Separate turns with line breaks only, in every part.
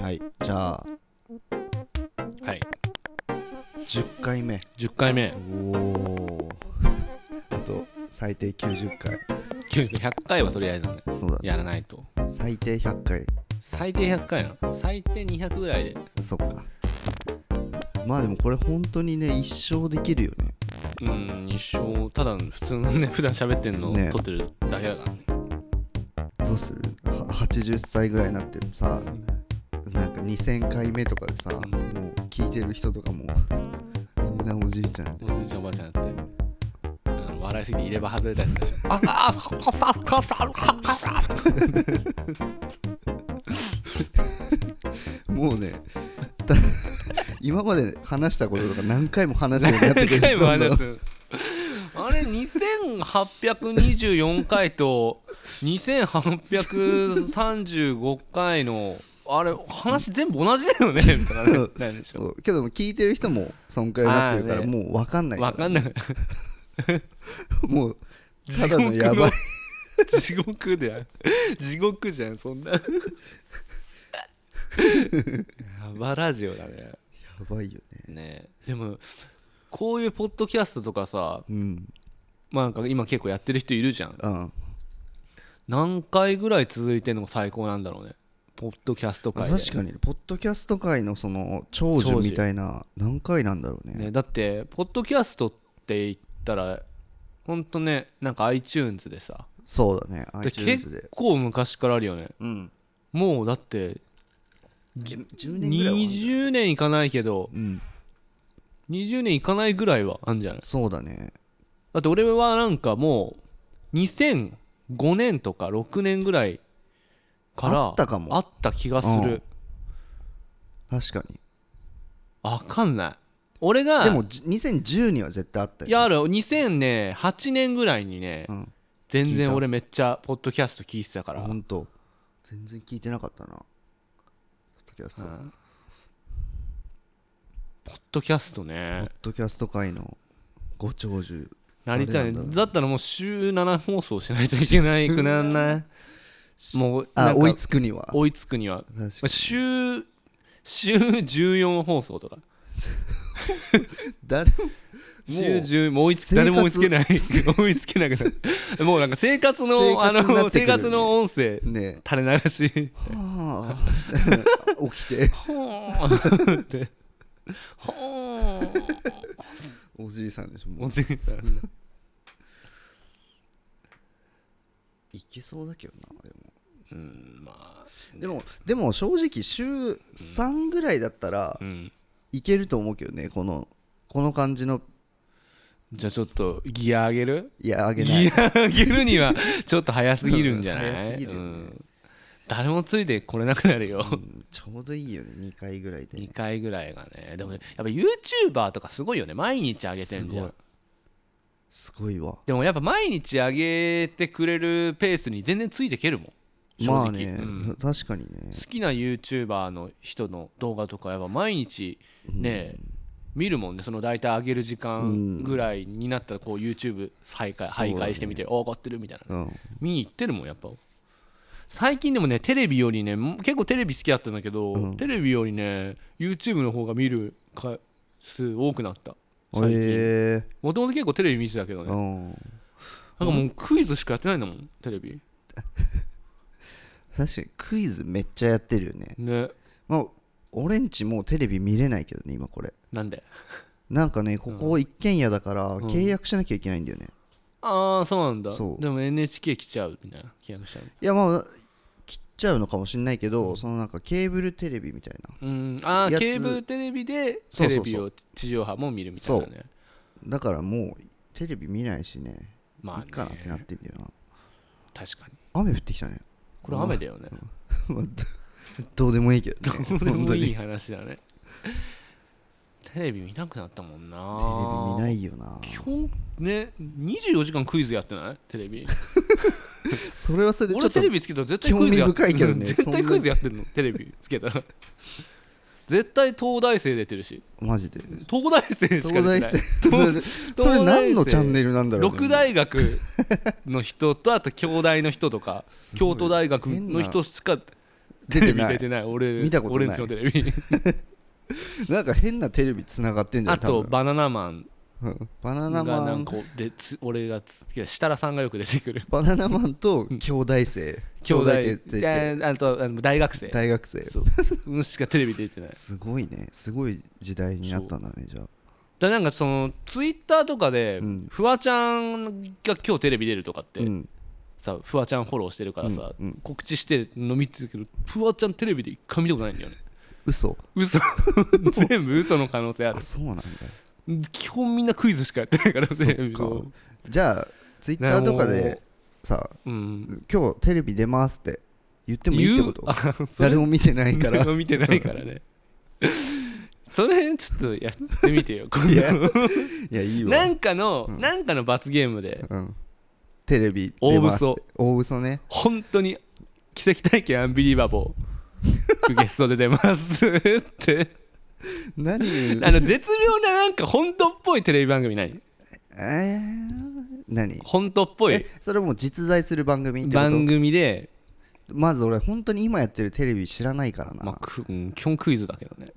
はいじゃあ
はい
10回目
10回目
おおあと最低90回
100回はとりあえずね
そうだね
やらないと
最低100回
最低100回なの最低200ぐらいで
そっかまあでもこれ本当にね一生できるよね
うん一生ただ普通のね普段喋ってんのを
ね
撮ってるだけだからね
どうするは80歳ぐらいになってもさなんか2000回目とかでさもう聞いてる人とかもみんなおじいちゃんで
おじいちゃんおばあちゃんだってあの笑いすぎて入れ歯外れたりするでしょあああカッサッカッサッカッサッ
もうねだ今まで話したこととか何回も話すようになってく
何
る
回も
どんどん
話すあれ2824回と2835回のあれ話全部同じだよねみたいなねなるでしょ
そうけども聞いてる人もそんくらいになってるか
あ
ら
ー
もう分かんない
分かんない
もうただのやばい
地獄である地獄じゃんそんなやばラジオだね
やばいよね
ねえでもこういうポッドキャストとかさ
うん
まあなんか今結構やってる人いるじゃん
うん
何回ぐらい続いてんのが最高なんだろうねポッドキャスト
まあ
界で
確かにねポッドキャスト界のその長寿
長寿
みたいな何回なんだろうね
ね、だってポッドキャストって言ったらほんとねなんか iTunes でさ
そうだね
で
iTunes
結
で
構昔からあるよね
うん
もうだって
10年ぐらいはあるんじゃない
20年いかないけど
うん
20年いかないぐらいはあんじゃない
そうだね
だって俺はなんかもう2005年とか6年ぐらいから
あったかも
あった気がす
うん
る、
確かに
わかんない俺が
でもじ2010には絶対あったよ
いやある2008年ぐらいにね、
うん
全
聞い
然
た
俺めっちゃポッドキャスト聞いてたから、
ほんと全然聞いてなかったなポッドキャスト
うんポッドキャストね
ポッドキャスト界のご長寿
なりた
誰ないんだ
だ
ろう
ったらもう週7放送しないといけないくなんない もうな
あ
んか
追いつくには
追いつくには
確かに
週週14放送とか
誰も
週
も
10もう追いつ
生活
誰も追いつけない 追いつけなくなるもうなんか生活の
生活
あ
になってくるよね
の生活の音声
うね
垂れ流し
はあ起きて
ほーん ってほーん
おじいさんでしょも
お
う
じいさん
いけそうだけどなでも
うんまあ
でもでも正直週3ぐらいだったら
うん
いけると思うけどねこのこの感じの
じゃあちょっとギア上げる
いやあげない
ギア上げるにはちょっと早すぎるんじゃない
早すぎるよね
うん誰もついてこれなくなるよ
うんちょうどいいよね2回ぐらいでね
2回ぐらいがねでもねやっぱ YouTuber とかすごいよね毎日上げてんじ
す
ゃ
ごい
ん
すごいわ
でもやっぱ毎日上げてくれるペースに全然ついてけるもん正直、
まあね
うん好
確かにね
きな YouTuber の人の動画とかやっぱ毎日ね、見るもんねその大体上げる時間ぐらいになったらこう YouTube 再開
そうだね
徘徊してみて「お上がってる」みたいな
うん
見に行ってるもんやっぱ最近でもねテレビよりねも結構テレビ好きだったんだけど、テレビよりね YouTube の方が見る回数多くなった最近
え
もともと結構テレビ見てたけど
え
ね
うん
なんかもうクイズしかやってないんだもんテレビ
確かにクイズめっちゃやってるよね
ね
まあ俺んちもうテレビ見れないけどね今これ
なんで
なんかねここ一軒家だから契約しなきゃいけないんだよね
ああそうなんだ
そう
でも NHK 来ちゃうみたいな契約しちゃう
いやまあ切っちゃうのかもしんないけどそのなんかケーブルテレビみたいな
うんああ
やつ
ケーブルテレビで
そうそう
テレ
そう
ビを地上波も見るみたいなね
だからもうテレビ見ないしね
まあ
い
ね
いかなってなってんだよな
確かに
雨降ってきたね
これ雨だよね
まあどどうでもいいけどね
どうで
本
も
当
い い
にテレ
話だねテレビ見なくなったもんな
ビ見ないいよな
基本ね24時間クイズやってないテレ ビ
それはそれでちょ
俺
っと
テレビつけたら絶対クイズや
興味深いけどね
絶対クイズやってんのテレビつけたら絶対東大生出てるし
マジで
東大生しか
東
出
大
て
生
ない
それそれ何のチャンネルなんだろうね、
六大学の人とあと京大の人とか
すごい
京都大学の人しか
出て
テレビ
な
出
い
てない俺
見たことない
俺んちのテ レビ
なんか変なテレビつながってんじゃん
あと
多分
バナナマン
うんバナ
が
ナマ
なん
ン
かでつ俺がついや設楽さんがよく出てく る
バナナマンと兄弟生兄
京
弟っ
大
て言って
いやあとあの大学生
大学生
そううんしかテレビ出 てない
すごいねすごい時代になったんだねじゃあ
だなんかそのツイッターとかで、
うん
フワちゃんが今日テレビ出るとかって、
うん
さフワちゃんフォローしてるからさ、
うんうん
告知してるの見てるけどフワちゃんテレビで一回見たことないんだよね
嘘
嘘全部嘘の可能性あ
あ
る
そうなんだ
基本みんなクイズしかやってないから
そっ
テレビ
か
そう
じゃあツイッターとかでさ
うん
今日テレビ出ますって言ってもいいってこと
言うあそれ
誰も見てない から
誰も見てないからねそれちょっとやって みてよ今
いや
度
いやいい
な
わ
んかの、なんかの罰ゲームで
うんテレビ出ますって大嘘ね
本当に奇跡体験アンビリバボーゲストで出ますって
何
あの絶妙ななんか本当っぽいテレビ番組ない
えー何
本当っぽい
えそれもう実在する番組ってこ
番
と
組で、
まず俺本当に今やってるテレビ知らないからな、
まあくうん、基本クイズだけ どね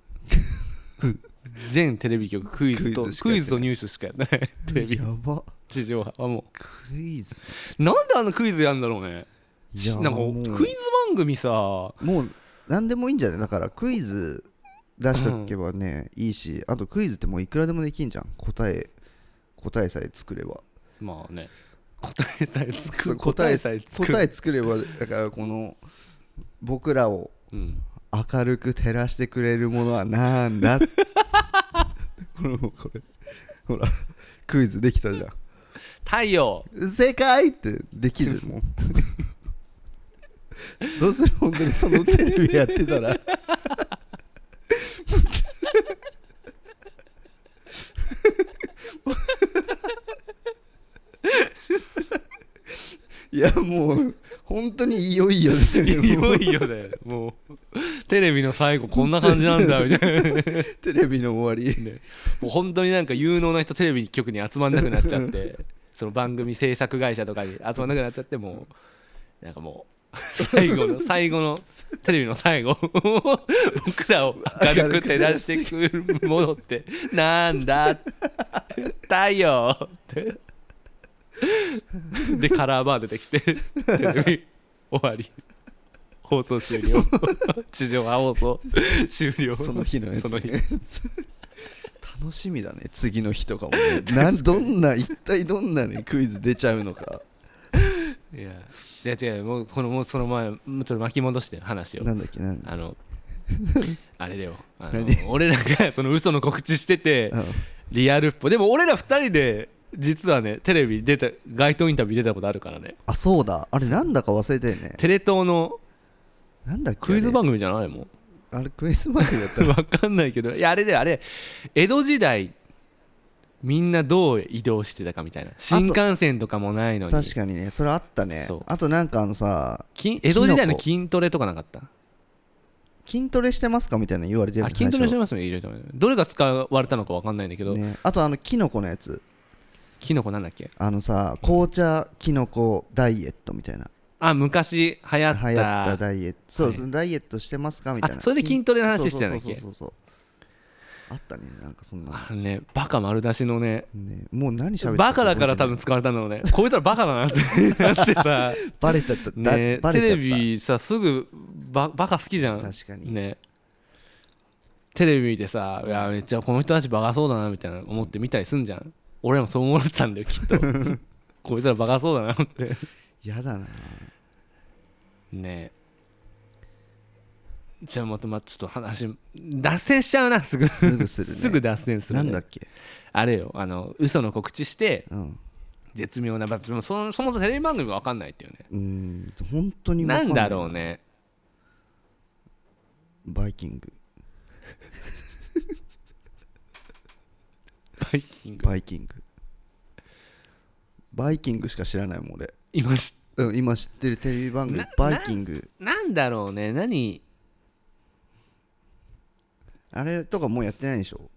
全テレビ局クイズと
ク
ク
イ
イ
ズし
ズ
かやってない
とニュースしか やってないテレビ
やば
地上波はも
クイズ
うなんであのクイズやんだろうね
いや
なんか
もう
クイズ番組さ
もう何でもいいんじゃないだからクイズ出しとけばね、いいしあとクイズってもういくらでもできんじゃん答え答えさえ作れば
まあね答えさえ作
そう
る
答え
さえ作る
答え作ればだからこの僕らを
うん、
明るく照らしてくれるものはなんだ ほらもうこれほらクイズできたじゃ
太陽
ん正解ってできるもんどうする本当にそのテレビやってたらいやもう本当にいよいよだよ
い
ねも
よ
う
いよだよもうテレビの最後こんな感じなんだみたいなね
テレビの終わり
もう本当になんか有能な人テレビ局に集まんなくなっちゃって その番組制作会社とかに集まんなくなっちゃってもうなんかも う最後の最後のテレビの最後 僕らを明るく照らしてくるものってなんだ太陽ってでカラーバー出てきてテレビ終わり放送終了地上波放送終了
その日のやつ、ね、
その日
楽しみだね次の日とかもねなんどんな一体どんなねクイズ出ちゃうのか
いや違う違うもうこのもうその前もうちょっと巻き戻して話を
なんだっけなんだ
あのあれだよあの
何
俺らがその嘘の告知してて
うん
リアルっぽいでも俺ら2人で実はねテレビ出た街頭インタビュー出たことあるからね
あそうだあれなんだか忘れたよね
テレ東の
なんだっけ
クイズ番組じゃないもん
あれあれクイズ番組だった
分かん ないけどいやあれだよあれ江戸時代みんなどう移動してたかみたいな新幹線とかもないのに
確かにねそれあったね
そう
あとなんかあのさ
筋江戸時代
キノ
の
コ
筋トレとかなかった
筋トレしてますかみたいなの言われてる
あ
の
筋トレして
最
ますねいろいろどれが使われたのか分かんないんだけど、
初ねあとあのキノコのやつ
キノコなんだっけ
あのさ紅茶キノコダイエットみたいな
あ昔流行
流
っ
行ったたダイエットそう
はい
そうダイエットしてますかみたいな
あそれで筋トレの話してたんだっけ
そうそうそうそうそうあったねなんかそんな
あのねバカ丸出しのね
ねもう何喋ってる
バカだから
覚
多
え
分使われたんだろうねこういつらバカだなってな っ
て
てさ、
ないバレたっただ
ね、
バレ
テ
ちゃった
レビさすぐババカ好きじゃん
確かに
ねテレビでさいやめっちゃこの人たちバカそうだなみたいな思って見たりすんじゃん俺らもそう思ってたんだよき っとこいつらバカそうだなって
やだな
ねじゃあまたまちょっと話脱線しちゃうなすぐ
すぐするね
すぐ脱線する、
な
ね、
んだっけ
あれよあの嘘の告知して
うん
絶妙なまあでもそそもそもテレビ番組が分かんないっていうね
うーん本当にわ
な
か
んだろう
う
ね
バイキング
バイキング
バイキングバイキングしか知らないもん俺、
今し
うん、今知ってるテレビ番組
な
バイキング
なんだろうね何
あれとかもうやってないでしょ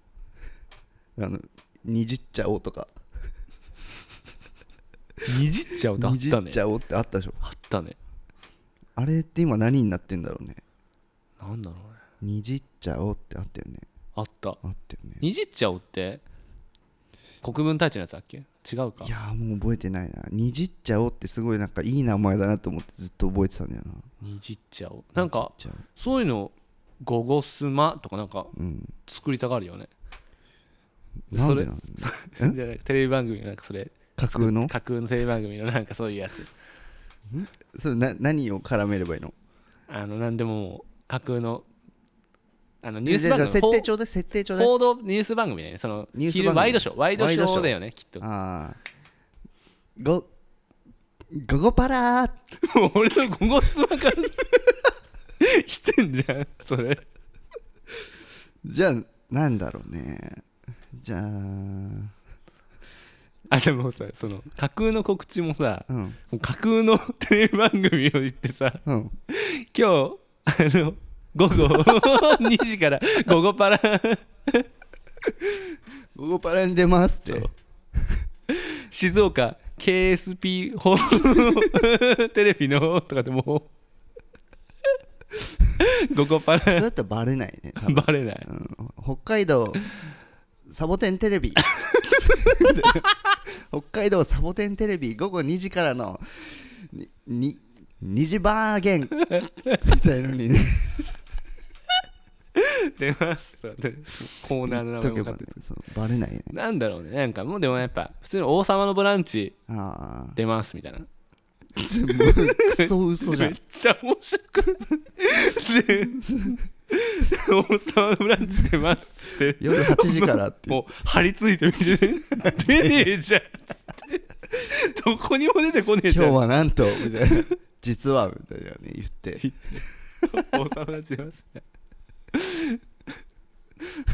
あの「にじっちゃお」とか
にじっち
「
ゃおうとあっ
にじ
た
っ
ね
ちゃお」ってあったでしょ
あったね
あれって今何になってんだろうね
なんだろうね
「にじっちゃお」ってあったよね
あった
あったよね
にじっちゃおうって国分太一のやつだっけ違うか
いやーもう覚えてないな「にじっちゃお」ってすごいなんかいい名前だなと思ってずっと覚えてたんだよな
にじっちゃおうなんか
にじっちゃお
そういうの「ゴゴスマ」とかなんか
うん
作りたがるよね
なんでなの
じゃなくテレビ番組のなんかそれ
架空の
架空のテレビ番組のなんかそういうやつ
それな何を絡めればいいの
あの何でももう架空のあのニュース
じゃあじゃ
番
あ
組
設定ち
ょ
ょうだい設定ちょうだい
報道ニュース番組だよねその
ニュース番組
昼ワイドショーワイドショ
ワイドショ
ー
ー
だよねきっと
ああごゴゴパラー
もう俺のゴゴスマからしてんじゃんそれ
じゃあなんだろうねじゃあうん
あでもさその架空の告知もさもう架空のテレビ番組を言ってさ
うん
今日あの午後 2時から午後パラ
ゴゴパラに出ますって
静岡 KSP 放送テレビのとかでもう午後パ
そ
ラ
れだったらバレない ね多分、
バレない
うん、北海道サボテンテレ ビ北海道サボテンテレビ午後2時からのにに2時バーゲ ンみたいのにね
出ますそうでコーナーの名前も分かってる
そうバレないね
なんだろうねなんかもうでもやっぱ普通に「王様のブランチ
ああ」
出ますみたいな
クソ嘘じゃ
めっ
ん
ちゃ面白くで王様のブランチ出ます」って
夜8時からって
もう張り付いてみて出ねえじゃんっつってどこにも出てこねえじ
今
ゃ
日
ん
はなんとみたいな実はみたいなね言って
王様違いますね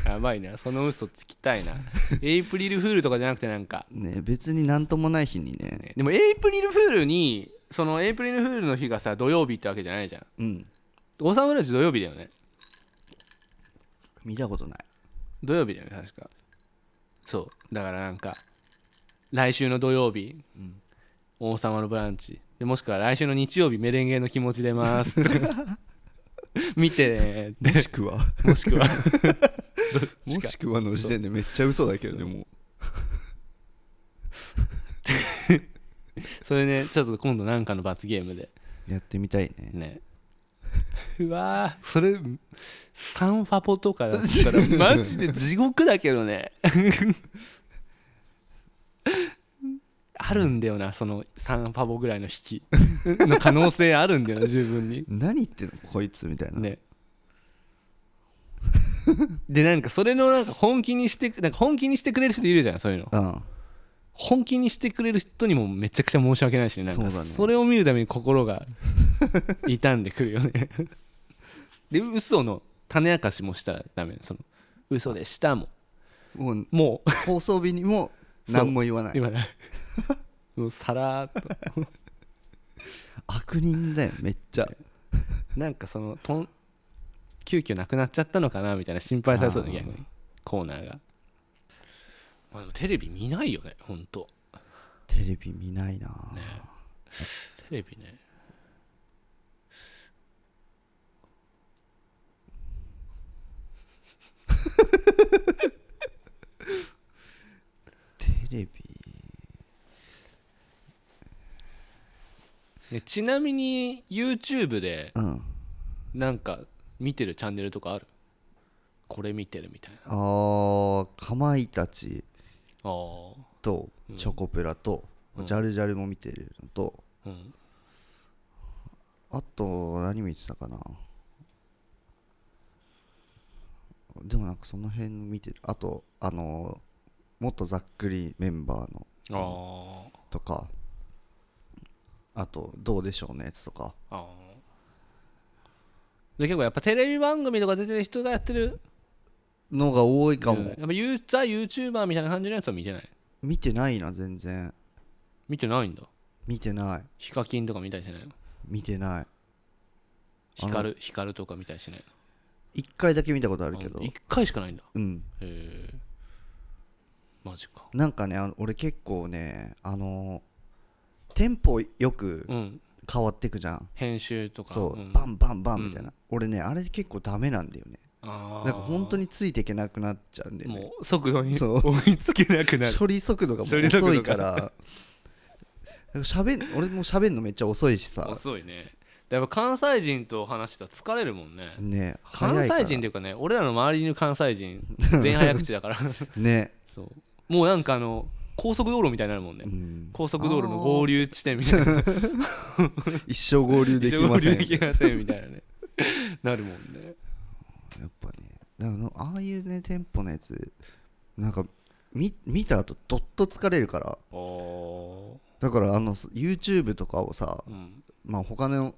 やばいなその嘘つきたいなエイプリルフールとかじゃなくてなんか、
ね別になんともない日にね
ねでもエイプリルフールにそのエイプリルフールの日がさ土曜日ってわけじゃないじゃん
うん
王様のラジ土曜日だよね
見たことない
土曜日だよね確かそうだからなんか来週の土曜日、王様のブランチでもしくは来週の日曜日メレンゲの気持ち出ます とか見てね
もしくは
もしくは
もしくはの時点でめっちゃ嘘だけどねもう
それねちょっと今度なんかの罰ゲームで
やってみたいね
ね うわーそれサンファポとかだったら マジで地獄だけどねあるんだよなそのサンファポぐらいの 引きの可能性あるんだよな十分に
何言ってんのこいつみたいな、
ねでなんかそれのなんか本気にしてなんか本気にしてくれる人いるじゃんそういうの
うん
本気にしてくれる人にもめちゃくちゃ申し訳ないしねなん
そ
か
うだね
それを見るために心が痛んでくるよね で嘘の種明かしもしたらダメその嘘でしたも
もう
もう
放送日にも何も言わない
今ねもうさらーっと
悪人だよめっちゃ
なんかそのとん急遽なくなっちゃったのかなみたいな心配されそうで
あー
逆にコーナーが、まあ、でもテレビ見ないよねほんと
テレビ見ないな、
テレビね
テレビ
ねちなみに YouTube で
うん
なんか見てるチャンネルとかあるこれ見てるみたいな
あーかまいたち
ああ
とチョコプラと、ジャルジャルも見てるのと、
うん
あと何見てたかなでもなんかその辺見てるあとあのもっとざっくりメンバーの
ああ
とかあと「どうでしょう」のやつとか
ああで結構やっぱテレビ番組とか出てる人がやってる
のが多いかも、
やっぱユーザー YouTuber みたいな感じのやつは見てない
見てないな全然
見てないんだ
見てない
ヒカキンとか見たりしないの
見てない
ヒカルヒカルとか見たりしないの
一回だけ見たことあるけど
1回しかないんだ
うん
へえマジか
なんかねあの俺結構ねあのテンポよく
うん
変わってくじゃん
編集とか
そう、
ん
バンバンバンみたいな、俺ねあれ結構ダメなんだよねなん
あー
か本当についていけなくなっちゃうんで、ね、
もう速度に
そう
追いつけなくなる
処理速度がもう
処理速度
遅い
が
からなんか喋ん俺も喋んのめっちゃ遅いしさ
遅いねだいぶ関西人と話したら疲れるもんね
ね早
関
いから
西人っていうかね俺らの周りにいる関西人全員早口だから
ね、
そうもうなんかあの高速道路みたいになるもんね
うん、
高速道路の合流地点みたいな
一生合流 できま
合
せ
流
ん
できませんみたい なねなるもんね
やっぱねだからああいうねテンポのやつなんか見見た後どっと疲れるから
お
だからあの YouTube とかをさ、
ん
まあ他の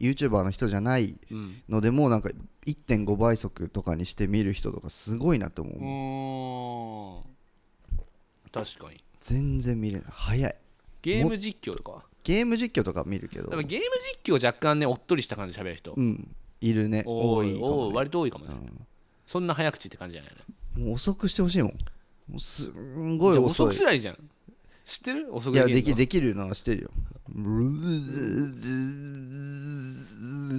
YouTuber の人じゃない
うん
のでもうなんか1.5倍速とかにして見る人とかすごいなと思う、
お確かに
全然見れない早い
ゲーム実況とか
ゲーム実況とか見るけど
でもゲーム実況若干ねおっとりした感じで喋る人
うんいるね多いか
お
も、
う
ね、
割と多いかもね、そんな早口って感じじゃないね
もう遅くしてほしいもんもうすんごい
じゃあ
遅い
遅くすりゃいいじゃん知ってる遅く
いや
る
でき
の
できるのはしてるよっ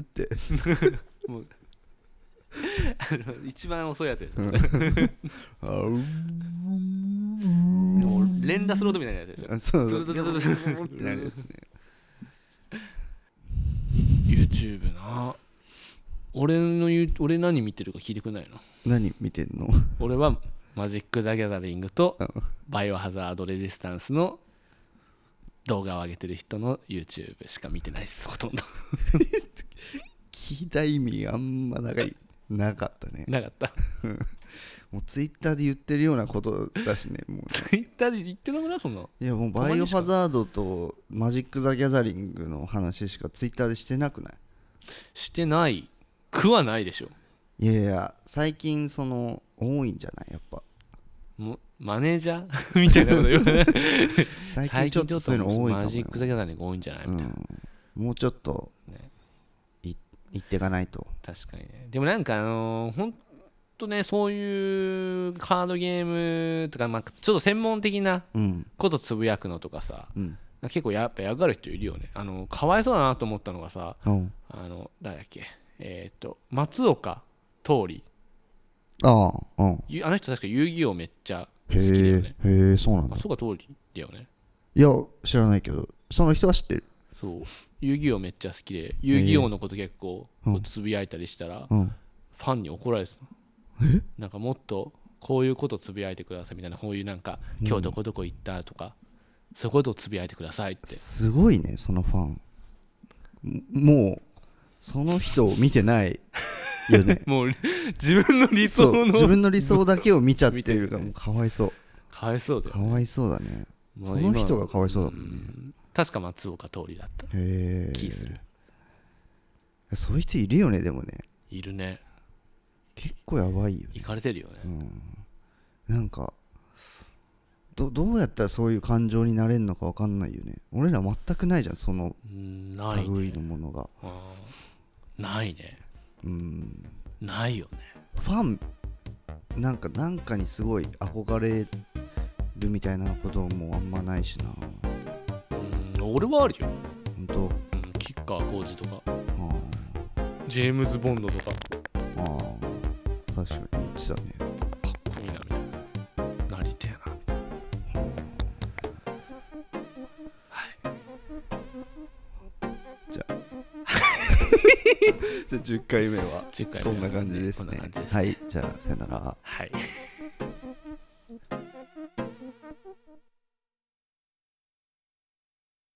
て
あの 一番遅いやつです、
あ
もう連打スロードみたいなやつでしょ
そうそう
ドドドドドド
ってなるやつね
YouTube な俺の言う俺何見てるか聞いてくんないの
何見てんの
俺はマジック・ザ・ギャザリングと
うん
バイオハザード・レジスタンスの動画を上げてる人の YouTube しか見てないですほとんど
聞いた意味あんま長いなかったね
なかった
もうツイッターで言ってるようなことだしねもう
Twitter で言ってなくないそんない
やもうバイオハザードとマジック・ザ・ギャザリングの話しかツイッターでしてなくない
してないくはないでしょ
いやいや最近その多いんじゃないやっぱ
もマネージャーみたいなこと言わない
最近ちょっとそういうの多いかも
マ
よ
ジック・ザ・ギャザリング多いんじゃないみたいな、
うん、もうちょっと
ね
い行っていかないと
確かにねでもなんかあのーほんとねそういうカードゲームとか、まあ、ちょっと専門的な
うん
ことつぶやくのとかさ
うん
結構やっぱやがる人いるよねあのかわいそうだなと思ったのがさ
うん
あの誰だっけえーっと松岡桃李
ああうん
ゆあの人確か遊戯王めっちゃ好
へ
きだよ
え、
ね
へえそうなんだ
松岡桃李だよね
いや知らないけどその人は知ってる
そう遊戯王めっちゃ好きで遊戯王のこと結構
うん
こうつぶやいたりしたら、
うん
ファンに怒られてたなんかもっとこういうことつぶやいてくださいみたいなこういうなんか今日どこどこ行ったとか、そういうことをつぶやいてくださいって
すごいねそのファンももうその人を見てないよね
もう自分の理想
そう自
の
分 の理想だけを見ちゃってるから
見
もうかわいそ
かわいそう
う
だよ
かわいそうだね
も
そう
今
の人がかわいそうだもんね
確か松岡通りだった
へえ
気する
そういう人いるよねでもね
いるね
結構やばいよ
行かれてるよね、
なんかどどうやったらそういう感情になれるのか分かんないよね俺ら全くないじゃんその
うんないね
類のものが
あーないね
うん
ないよね
ファンなんかなんかにすごい憧れるみたいなこともあんまないしな
うん俺はあるよ、
本当
うん、キッカー浩二とか
あー
ジェームズ・ボンドとかかっ
あー確かに言ってたね
こいいなみたいななりてえなみたいなはい
じゃあ10回目は
10回目
こんな感じです
こんな
ね
感じです
はいじゃあさよなら
はい